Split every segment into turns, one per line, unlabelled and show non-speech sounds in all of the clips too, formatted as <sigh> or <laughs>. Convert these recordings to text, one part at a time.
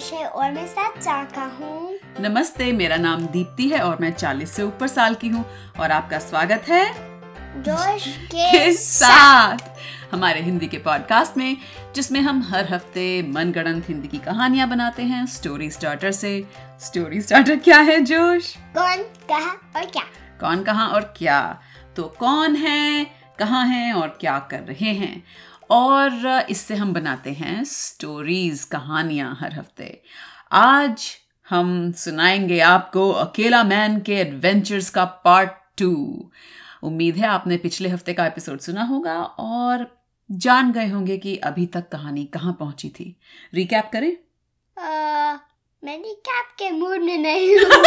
साढ़े सात साल का हूँ
नमस्ते मेरा नाम दीप्ति है और मैं 40 से ऊपर साल की हूँ और आपका स्वागत है <laughs>
जोश के
के साथ हमारे हिंदी के पॉडकास्ट में जिसमें हम हर हफ्ते मनगढ़ंत हिंदी की कहानियां बनाते हैं स्टोरी स्टार्टर से स्टोरी स्टार्टर क्या है जोश
कौन कहा और क्या
कौन कहाँ और क्या तो कौन है कहाँ हैं और क्या कर रहे हैं और इससे हम बनाते हैं स्टोरीज कहानियां हर हफ्ते आज हम सुनाएंगे आपको अकेला मैन के एडवेंचर्स का पार्ट टू उम्मीद है आपने पिछले हफ्ते का एपिसोड सुना होगा और जान गए होंगे कि अभी तक कहानी कहाँ पहुंची थी रिकैप करें
अ, मैं रिकैप के मूड में नहीं
<laughs>
हूँ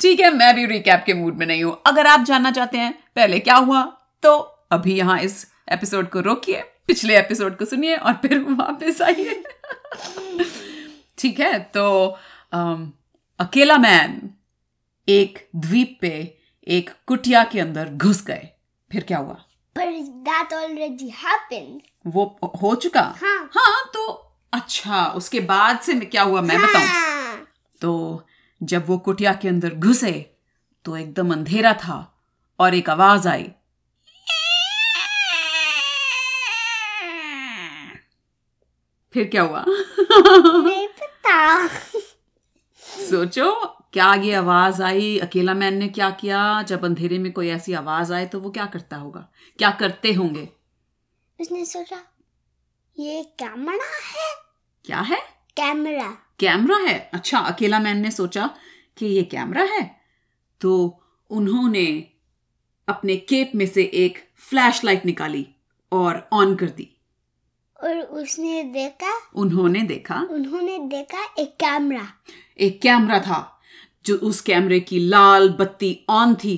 ठीक है मैं भी रिकैप के मूड में नहीं हूं अगर आप जानना चाहते हैं पहले क्या हुआ तो अभी यहाँ इस एपिसोड को रोकिए पिछले एपिसोड को सुनिए और फिर वापस आइए ठीक है तो अम, अकेला मैन एक द्वीप पे एक कुटिया के अंदर घुस गए फिर क्या हुआ
पर दैट ऑलरेडी हैपेंड
वो हो चुका
हाँ
हाँ तो अच्छा उसके बाद से मैं- क्या हुआ मैं बताऊं
हाँ,
तो जब वो कुटिया के अंदर घुसे तो एकदम अंधेरा था और एक आवाज आई फिर क्या हुआ
नहीं पता
सोचो क्या ये आवाज आई अकेला मैन ने क्या किया जब अंधेरे में कोई ऐसी आवाज आए तो वो क्या करता होगा क्या करते होंगे
उसने सोचा ये कैमरा है
क्या है
कैमरा
कैमरा है अच्छा अकेला मैन ने सोचा कि ये कैमरा है तो उन्होंने अपने केप में से एक फ्लैशलाइट निकाली और ऑन कर दी
और उसने देखा
उन्होंने देखा
उन्होंने देखा एक कैमरा
एक कैमरा था जो उस कैमरे की लाल बत्ती ऑन थी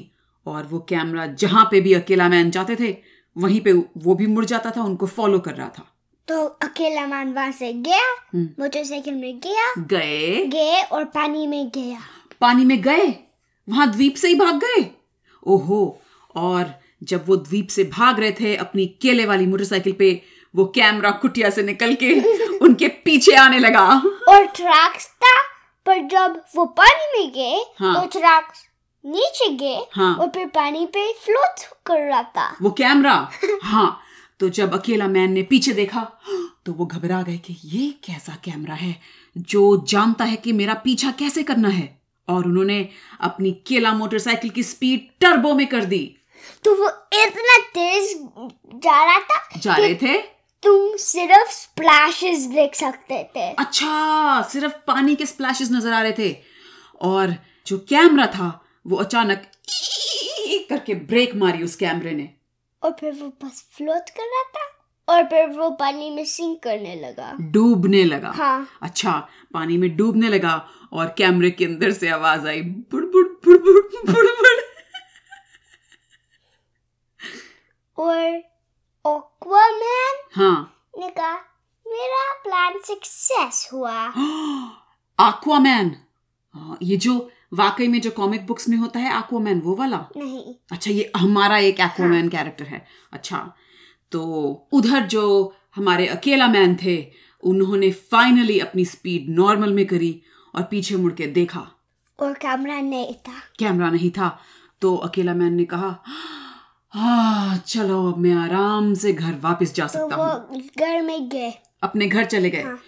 और वो कैमरा जहां पे भी अकेला मैन जाते थे वहीं पे वो भी मुड़ जाता था उनको फॉलो कर रहा था
तो अकेला मान वहां से गया
हम्म।
मोटरसाइकिल में गया
गए
गए और पानी में गया
पानी में गए वहां द्वीप से ही भाग गए ओहो और जब वो द्वीप से भाग रहे थे अपनी केले वाली मोटरसाइकिल पे वो कैमरा कुटिया से निकल के उनके पीछे आने लगा
और ट्रक्स था पर जब वो पानी में गए
हाँ।
तो ट्रक्स नीचे गए
हाँ।
और फिर पानी पे फ्लोट कर रहा था
वो कैमरा हाँ तो जब अकेला मैन ने पीछे देखा तो वो घबरा गए कि ये कैसा कैमरा है जो जानता है कि मेरा पीछा कैसे करना है और उन्होंने अपनी केला मोटरसाइकिल की स्पीड टर्बो में कर दी
तो वो इतना तेज जा रहा था
जा रहे थे
तुम सिर्फ स्प्लैशेस देख सकते थे
अच्छा सिर्फ पानी के स्प्लैशेस नजर आ रहे थे और जो कैमरा था वो अचानक <laughs> करके ब्रेक मारी उस कैमरे ने
और फिर वो बस फ्लोट कर रहा था और फिर वो पानी में सिंक करने लगा
डूबने लगा
हाँ
अच्छा पानी में डूबने लगा और कैमरे के अंदर से आवाज आई बुड़ बुड़ बुड़ बुड़ बुड़ बुड़
और ऑक्वामैन
हाँ <gasps>
ने कहा मेरा प्लान सक्सेस हुआ
आक्वामैन हाँ, ये जो वाकई में जो कॉमिक बुक्स में होता है आक्वामैन वो वाला
नहीं
अच्छा ये हमारा एक
हाँ।
एक्वामैन कैरेक्टर है अच्छा तो उधर जो हमारे अकेला मैन थे उन्होंने फाइनली अपनी स्पीड नॉर्मल में करी और पीछे मुड़ के देखा
और कैमरा नहीं था
कैमरा नहीं था तो अकेला मैन ने कहा हाँ चलो अब मैं आराम से घर वापस जा
तो
सकता
वो
हूँ
घर में गए
अपने घर चले गए
हाँ।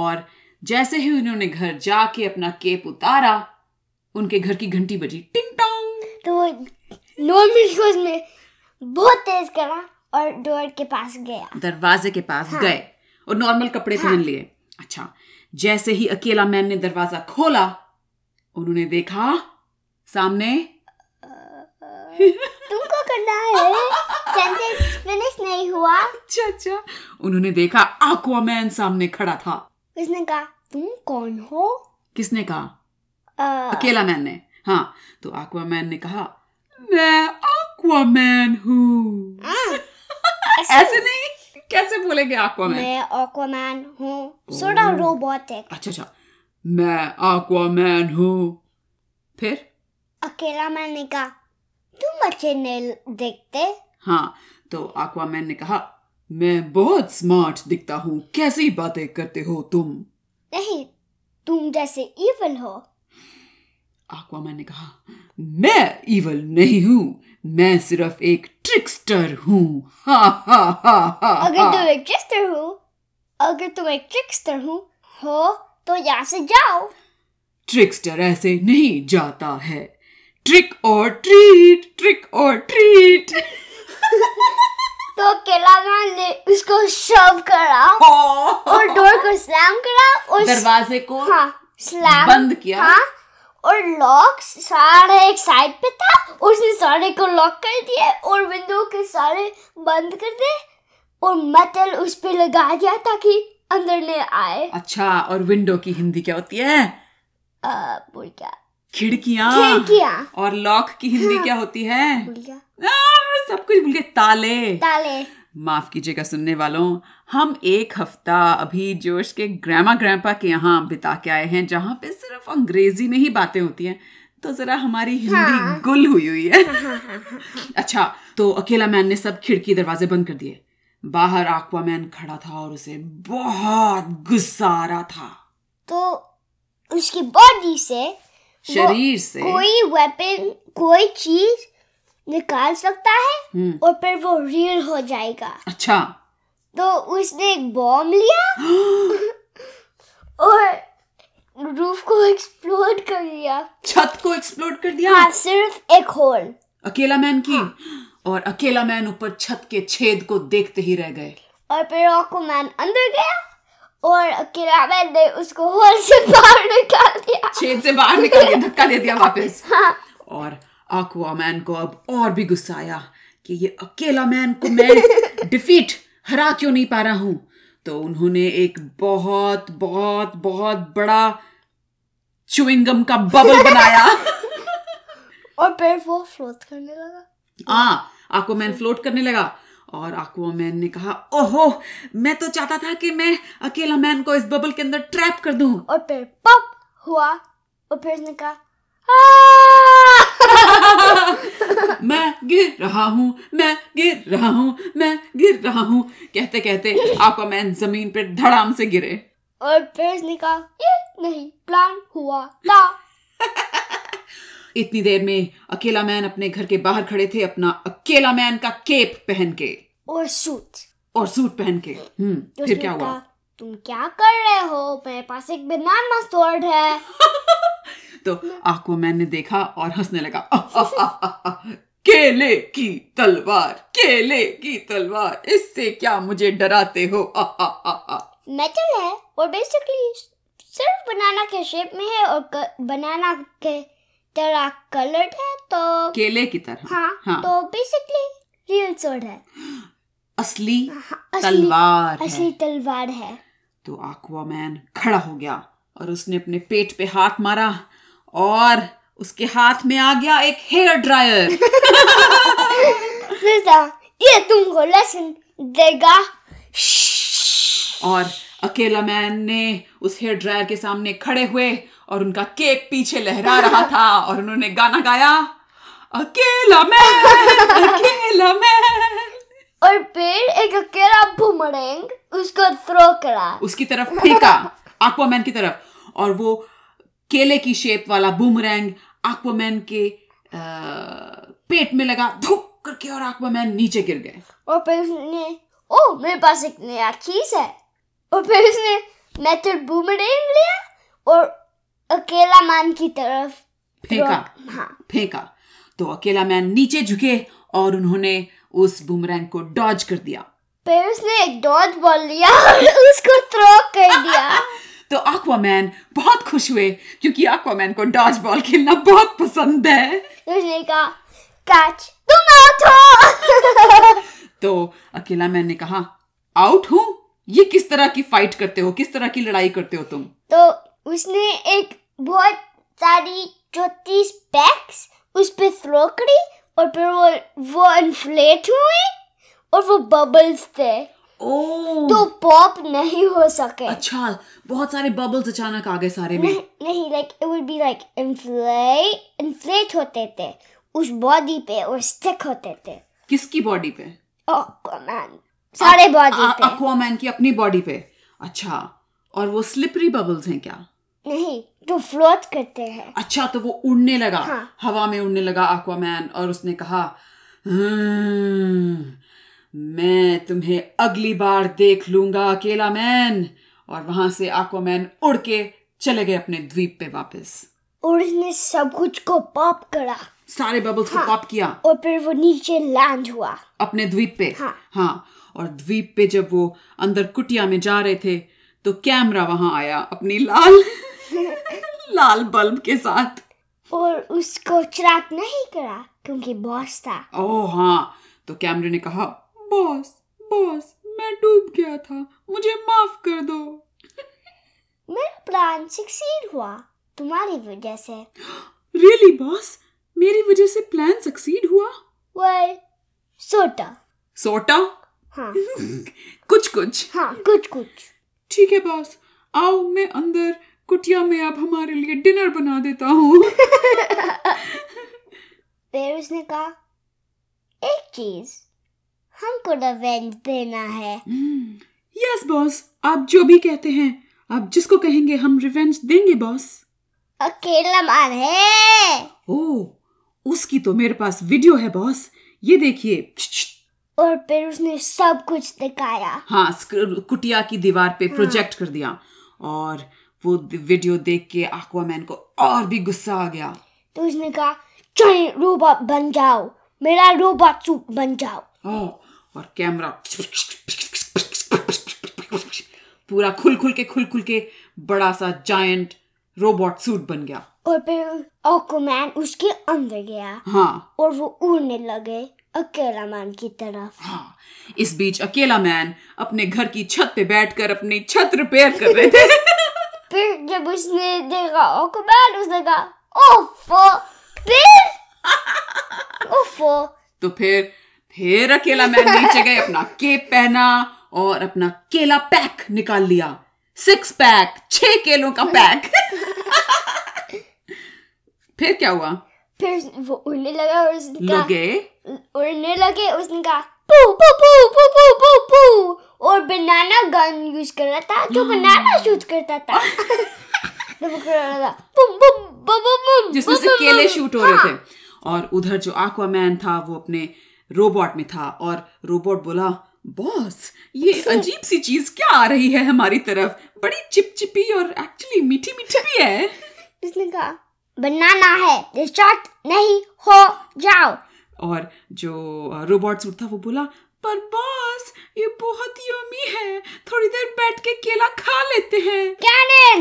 और जैसे ही उन्होंने घर जाके अपना केप उतारा उनके घर की घंटी बजी टिंग टोंग
तो वो नॉर्मल क्लोज में बहुत तेज करा और डोर के पास गया
दरवाजे के पास
हाँ।
गए और नॉर्मल कपड़े
हाँ।
पहन लिए अच्छा जैसे ही अकेला मैन ने दरवाजा खोला उन्होंने देखा सामने
तुमको करना है सेंटेंस फिनिश नहीं हुआ
अच्छा अच्छा उन्होंने देखा आक्वामैन सामने खड़ा था
उसने कहा तुम कौन हो
किसने कहा
अ,
अकेला मैन ने हाँ तो आक्वामैन ने कहा मैं आक्वामैन हूँ
हाँ,
<laughs> ऐसे नहीं कैसे बोलेंगे आक्वामैन
मैं ऑक्वामैन हूँ सोडा
Oh.
रोबोट है
अच्छा अच्छा मैं आक्वामैन हूँ फिर
अकेला मैंने कहा तुम अच्छे नहीं देखते
हाँ तो आक्वामैन ने कहा मैं बहुत स्मार्ट दिखता हूँ कैसी बातें करते हो तुम
नहीं तुम जैसे इवल हो
आक्वामैन ने कहा मैं इवल नहीं हूँ मैं सिर्फ एक ट्रिक्स्टर हूँ <laughs> हा हा हा हा
अगर तो- तुम एक ट्रिक्स्टर हो अगर तुम एक ट्रिक्स्टर हो हो तो यहाँ से जाओ
ट्रिक्स्टर ऐसे नहीं जाता है ट्रिक और ट्रीट ट्रिक और ट्रीट
तो केलाना ने उसको शव करा
<laughs>
और डोर को स्लैम करा और
दरवाजे को
हाँ स्लैम
बंद किया।
हाँ और लॉक सारे एक साइड पे था और उसने सारे को लॉक कर दिया और विंडो के सारे बंद कर दिए और मेटल उस पे लगा दिया ताकि अंदर ले आए
अच्छा और विंडो की हिंदी क्या होती है
अ, भूल गया
खिड़कियाँ
खिड़कियाँ
और लॉक की हिंदी क्या होती है
भूल गया
आ, हाँ, सब कुछ भूल गए ताले
ताले
माफ कीजिएगा सुनने वालों हम एक हफ्ता अभी जोश के ग्रैमा ग्रैंपा के यहाँ बिता के आए हैं जहाँ पे सिर्फ अंग्रेजी में ही बातें होती हैं तो जरा हमारी हिंदी
हाँ।
गुल हुई हुई है
हाँ हाँ हाँ
अच्छा तो अकेला मैन ने सब खिड़की दरवाजे बंद कर दिए बाहर मैन खड़ा था और उसे बहुत गुस्सा आ रहा था
तो उसकी बॉडी से वो
शरीर से
कोई वेपन कोई चीज निकाल सकता है
हम्म,
और फिर वो रियल हो जाएगा
अच्छा
तो उसने एक बॉम्ब लिया और रूफ को एक्सप्लोड कर दिया
छत को एक्सप्लोड कर दिया
हाँ सिर्फ एक होल
अकेला मैन की और अकेला मैन ऊपर छत के छेद को देखते ही रह गए
और फिर ऑक्वामैन अंदर गया और अकेला मैन ने उसको होल से बाहर निकाल दिया
छेद से बाहर निकल के धक्का दे दिया वापस
हाँ
और आक्वामैन को अब और भी गुस्सा आया कि ये अकेला मैन को <laughs> मैं डिफीट हरा क्यों नहीं पा रहा हूं तो उन्होंने एक बहुत बहुत बहुत बड़ा चुविंगम का बबल <laughs> बनाया
और फिर वो फ्लोट करने लगा
आ आक्वामैन फ्लोट करने लगा और आक्वामैन ने कहा ओहो मैं तो चाहता था कि मैं अकेला मैन को इस बबल के अंदर ट्रैप कर दूं
और फिर पॉप हुआ और फिर उसने कहा "आह!"
मैं गिर रहा हूँ मैं गिर रहा हूँ मैं गिर रहा हूँ कहते कहते आपका मैन जमीन पर धड़ाम से गिरे
और फिर उसने कहा ये नहीं प्लान हुआ था
इतनी देर में अकेला मैन अपने घर के बाहर खड़े थे अपना अकेला मैन का केप पहन के
और सूट
और सूट पहन के
तो
हम्म
उसने
फिर क्या हुआ
कहा, तुम क्या कर रहे हो मेरे पास एक बनाना स्वॉर्ड है
तो आक्वामैन ने देखा और हंसने लगा केले की तलवार केले की तलवार इससे क्या मुझे डराते हो
मेटल है और बेसिकली सिर्फ बनाना के शेप में है और क, बनाना के तरह कलर्ड है तो
केले की तरह
हाँ, तो बेसिकली रियल स्वॉर्ड है
असली
हाँ, असली
तलवार है
असली तलवार है
तो आक्वामैन खड़ा हो गया और उसने अपने पेट पे हाथ मारा और उसके हाथ में आ गया एक हेयर ड्रायर
फिर था, ये तुमको लेसन देगा
और अकेला मैन ने उस हेयर ड्रायर के सामने खड़े हुए और उनका केक पीछे लहरा रहा था और उन्होंने गाना गाया अकेला मैन अकेला मैन
और फिर एक अकेला बुमरेंग उसको थ्रो करा
उसकी तरफ फेंका आक्वामैन की तरफ और वो केले की शेप वाला बूमरैंग आक्वामैन के अ, पेट में लगा धुक करके और आक्वामैन नीचे गिर गए
और फिर उसने ओ मेरे पास एक नया चीज है और फिर उसने मेटल बूमरेंग लिया और अकेला मैन की तरफ throw-
फेंका
हाँ
फेंका तो अकेला मैन नीचे झुके और उन्होंने उस बूमरैंग को डॉज कर दिया
फिर उसने एक डॉज बॉल लिया और उसको थ्रो कर दिया
तो आक्वामैन बहुत खुश हुए क्योंकि आक्वामैन को डॉज बॉल खेलना बहुत पसंद है
फिर उसने कहा कैच तुम आउट <laughs> हो
तो अकेला मैन ने कहा आउट हूं ये किस तरह की फाइट करते हो किस तरह की लड़ाई करते हो तुम
तो उसने एक बहुत सारी चौतीस पैक्स उस पे थ्रो करी और फिर वो वो इन्फ्लेट हुए और वो बबल्स थे
ओ
तो पॉप नहीं हो सके
अच्छा बहुत सारे बबल्स अचानक आ गए सारे में
<laughs> नहीं नहीं like it would be like inflate inflate होते थे उस बॉडी पे और स्टिक होते थे
किसकी बॉडी पे
ओह कमान सारे बॉडी पे
एक्वामैन की अपनी बॉडी पे अच्छा और वो स्लिपरी बबल्स हैं क्या
नहीं जो फ्लोट करते हैं
अच्छा तो वो उड़ने लगा
हाँ।
हवा में उड़ने लगा एक्वामैन और उसने कहा "हम्म, मैं तुम्हें अगली बार देख लूंगा अकेला मैन और वहां से एक्वामैन उड़ के चले गए अपने द्वीप पे वापस
और उसने सब कुछ को पॉप करा
सारे बबल्स
हाँ।
को पॉप किया
और फिर वो नीचे लैंड हुआ
अपने द्वीप पे
हाँ।
हाँ और द्वीप पे जब वो अंदर कुटिया में जा रहे थे तो कैमरा वहां आया अपनी लाल लाल बल्ब के साथ
और उसको ट्रैप नहीं करा क्योंकि बॉस था
ओह हाँ तो कैमरे ने कहा बॉस बॉस मैं डूब गया था मुझे माफ कर दो
मेरा प्लान सक्सीड हुआ तुम्हारी वजह से
रियली बॉस मेरी वजह से प्लान सक्सीड हुआ
वेल सोटा
सोटा
हाँ
कुछ कुछ
हाँ कुछ कुछ
ठीक है बॉस आओ मैं अंदर कुटिया में अब हमारे लिए डिनर बना देता हूँ
फिर उसने कहा एक चीज हमको रिवेंज देना है
यस बॉस आप जो भी कहते हैं आप जिसको कहेंगे हम रिवेंज देंगे बॉस
अकेला मार है
ओह उसकी तो मेरे पास वीडियो है बॉस ये देखिए
और फिर उसने सब कुछ दिखाया
हाँ स्क्र- कुटिया की दीवार पे प्रोजेक्ट कर दिया और वो द- वीडियो देख के एक्वामैन को और भी गुस्सा आ गया
तो उसने कहा चाहे रोबोट बन जाओ मेरा रोबोट सूप बन जाओ
ओह, और कैमरा पूरा खुल खुल के खुल खुल के बड़ा सा जायंट रोबोट सूट बन गया
और फिर ओकोमैन उसके अंदर गया
हाँ
और वो उड़ने लगे अकेला मैन की तरफ
हाँ इस बीच अकेला मैन अपने घर की छत पे बैठकर अपनी छत रिपेयर कर रहे थे <laughs>
फिर जब उसने देखा ओकोमैन उसने कहा ओफो
<laughs>
फिर ओफो
तो फिर फिर अकेला मैन नीचे गए अपना केप पहना और अपना केला पैक निकाल लिया सिक्स पैक छह केलों का पैक <laughs> फिर क्या हुआ
फिर वो उड़ने लगा और उसने
लोग
कहा
गए
उड़ने लगे उसने कहा पू पू पू पू पू पू पू और बनाना गन यूज कर रहा था
Hmm.
जो बनाना शूट करता
<laughs>
था तो वो कर रहा था बम बम बम बम बम
जिसमें से
बम, बम,
केले
बम।
शूट हो रहे थे और उधर जो एक्वामैन था वो अपने रोबोट में था और रोबोट बोला बॉस ये अजीब सी चीज क्या आ रही है हमारी तरफ बड़ी चिपचिपी और एक्चुअली मीठी मीठी भी है
उसने कहा बनाना है रिचार्ज नहीं हो जाओ
और जो रोबोट सूट था वो बोला पर बॉस ये बहुत यमी है थोड़ी देर बैठ के केला खा लेते हैं
कैनन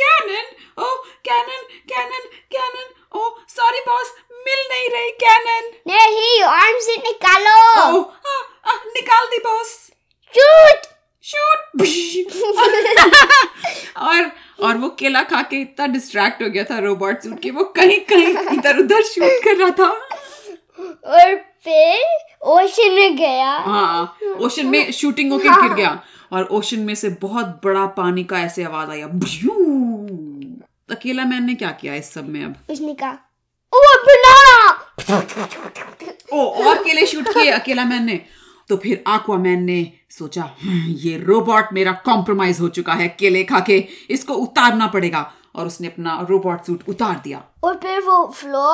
कैनन ओ कैनन कैनन कैनन ओ सॉरी बॉस मिल नहीं रही कैनन
नहीं आर्म से निकालो
ओ आ, आ, हाँ, निकाल दी बॉस
<laughs> शूट
शूट और और वो केला खा के इतना डिस्ट्रैक्ट हो गया था रोबोट सूट के वो कहीं कहीं इधर उधर शूट कर रहा था
और फिर ओशन में गया
हाँ ओशन में शूटिंग होके
हाँ।
गिर गया और ओशन में से बहुत बड़ा पानी का ऐसे आवाज आया भ्यू अकेला मैन ने क्या किया इस सब में अब
उसने कहा ओ बनाना
ओ और अकेले शूट किए अकेला मैन ने तो फिर मैन ने सोचा "हम्म, ये रोबोट मेरा कॉम्प्रोमाइज हो चुका है केले खा के इसको उतारना पड़ेगा और उसने अपना रोबोट सूट उतार दिया
और फिर वो फ्लो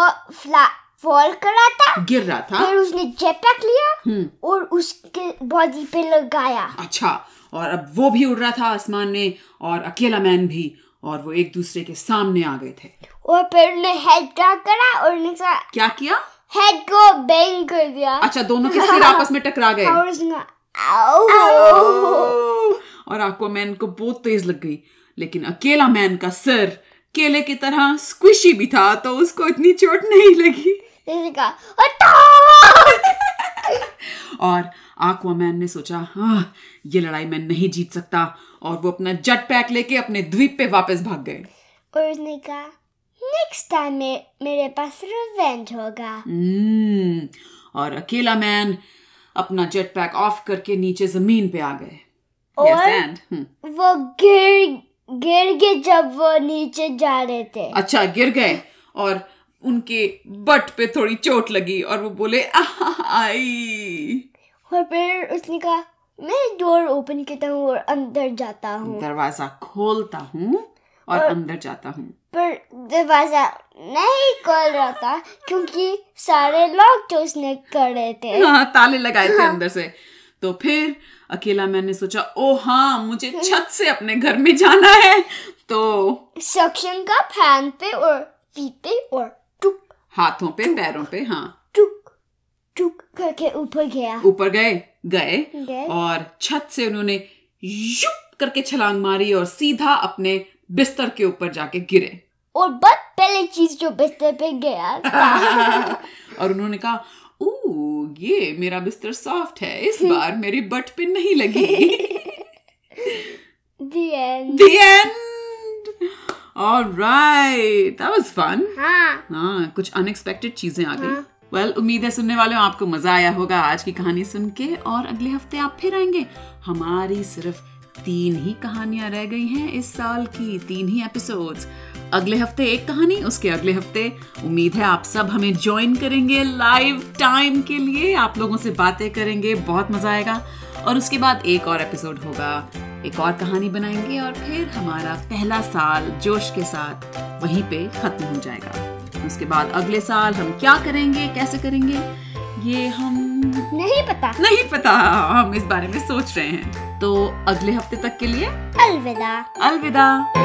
फ्ला फॉल करा था
गिर रहा था
फिर उसने जेपैक लिया और उसके बॉडी पे लगाया
अच्छा और अब वो भी उड़ रहा था आसमान में और अकेला मैन भी और वो एक दूसरे के सामने आ गए थे
और फिर उसने हेड ड्रैग करा और उसने
क्या किया
हेड को बैंग कर दिया
अच्छा दोनों के सिर आपस में टकरा गए
<laughs> और उसने कहा, आओ
और एक्वामैन को बहुत तेज लग गई लेकिन अकेला मैन का सिर केले की तरह स्क्विशी भी था तो उसको इतनी चोट नहीं लगी
उसने कहा हटाओ
और एक्वामैन ने सोचा हाँ ये लड़ाई मैं नहीं जीत सकता और वो अपना जट पैक लेके अपने द्वीप पे वापस भाग गए
और उसने कहा नेक्स्ट टाइम मे, मेरे पास रिवेंज होगा
हम्म, और अकेला मैन अपना जेट पैक ऑफ करके नीचे जमीन पे आ गए Yes,
और
and, हम्म।
वो गिर गिर के जब वो नीचे जा रहे थे
अच्छा गिर गए और उनके बट पे थोड़ी चोट लगी और वो बोले "आह, आई
और फिर उसने कहा मैं डोर ओपन करता हूँ और अंदर जाता हूँ
दरवाजा खोलता हूँ और
और-
अंदर जाता हूँ
पर दरवाजा नहीं खोल रहा था क्योंकि सारे लॉक जो उसने करे थे
हाँ ताले लगाए थे अंदर से तो फिर अकेला मैंने सोचा ओ हाँ मुझे छत से अपने घर में जाना है तो
सक्शन का फैन पे और फीट पे और टुक
हाथों पे पैरों पे हाँ
टुक टुक करके ऊपर गया
ऊपर गए गए
गए।
और छत से उन्होंने युप करके छलांग मारी और सीधा अपने बिस्तर के ऊपर जाके गिरे
और बस पहली चीज जो बिस्तर पे गया था
और उन्होंने कहा ओ ये मेरा बिस्तर सॉफ्ट है इस बार मेरी बट पे नहीं लगी
The end.
The end. All right, that was fun.
हाँ
हाँ कुछ अनएक्सपेक्टेड चीजें आ गई
हाँ।
वेल well, उम्मीद है सुनने वालों आपको मजा आया होगा आज की कहानी सुन के और अगले हफ्ते आप फिर आएंगे हमारी सिर्फ तीन ही कहानियां रह गई हैं इस साल की तीन ही एपिसोड्स अगले हफ्ते एक कहानी उसके अगले हफ्ते उम्मीद है आप सब हमें ज्वाइन करेंगे लाइव टाइम के लिए आप लोगों से बातें करेंगे बहुत मजा आएगा और उसके बाद एक और एपिसोड होगा एक और कहानी बनाएंगे और फिर हमारा पहला साल जोश के साथ वहीं पे खत्म हो जाएगा उसके बाद अगले साल हम क्या करेंगे कैसे करेंगे ये हम
नहीं पता
नहीं पता हम इस बारे में सोच रहे हैं तो अगले हफ्ते तक के लिए
अलविदा
अलविदा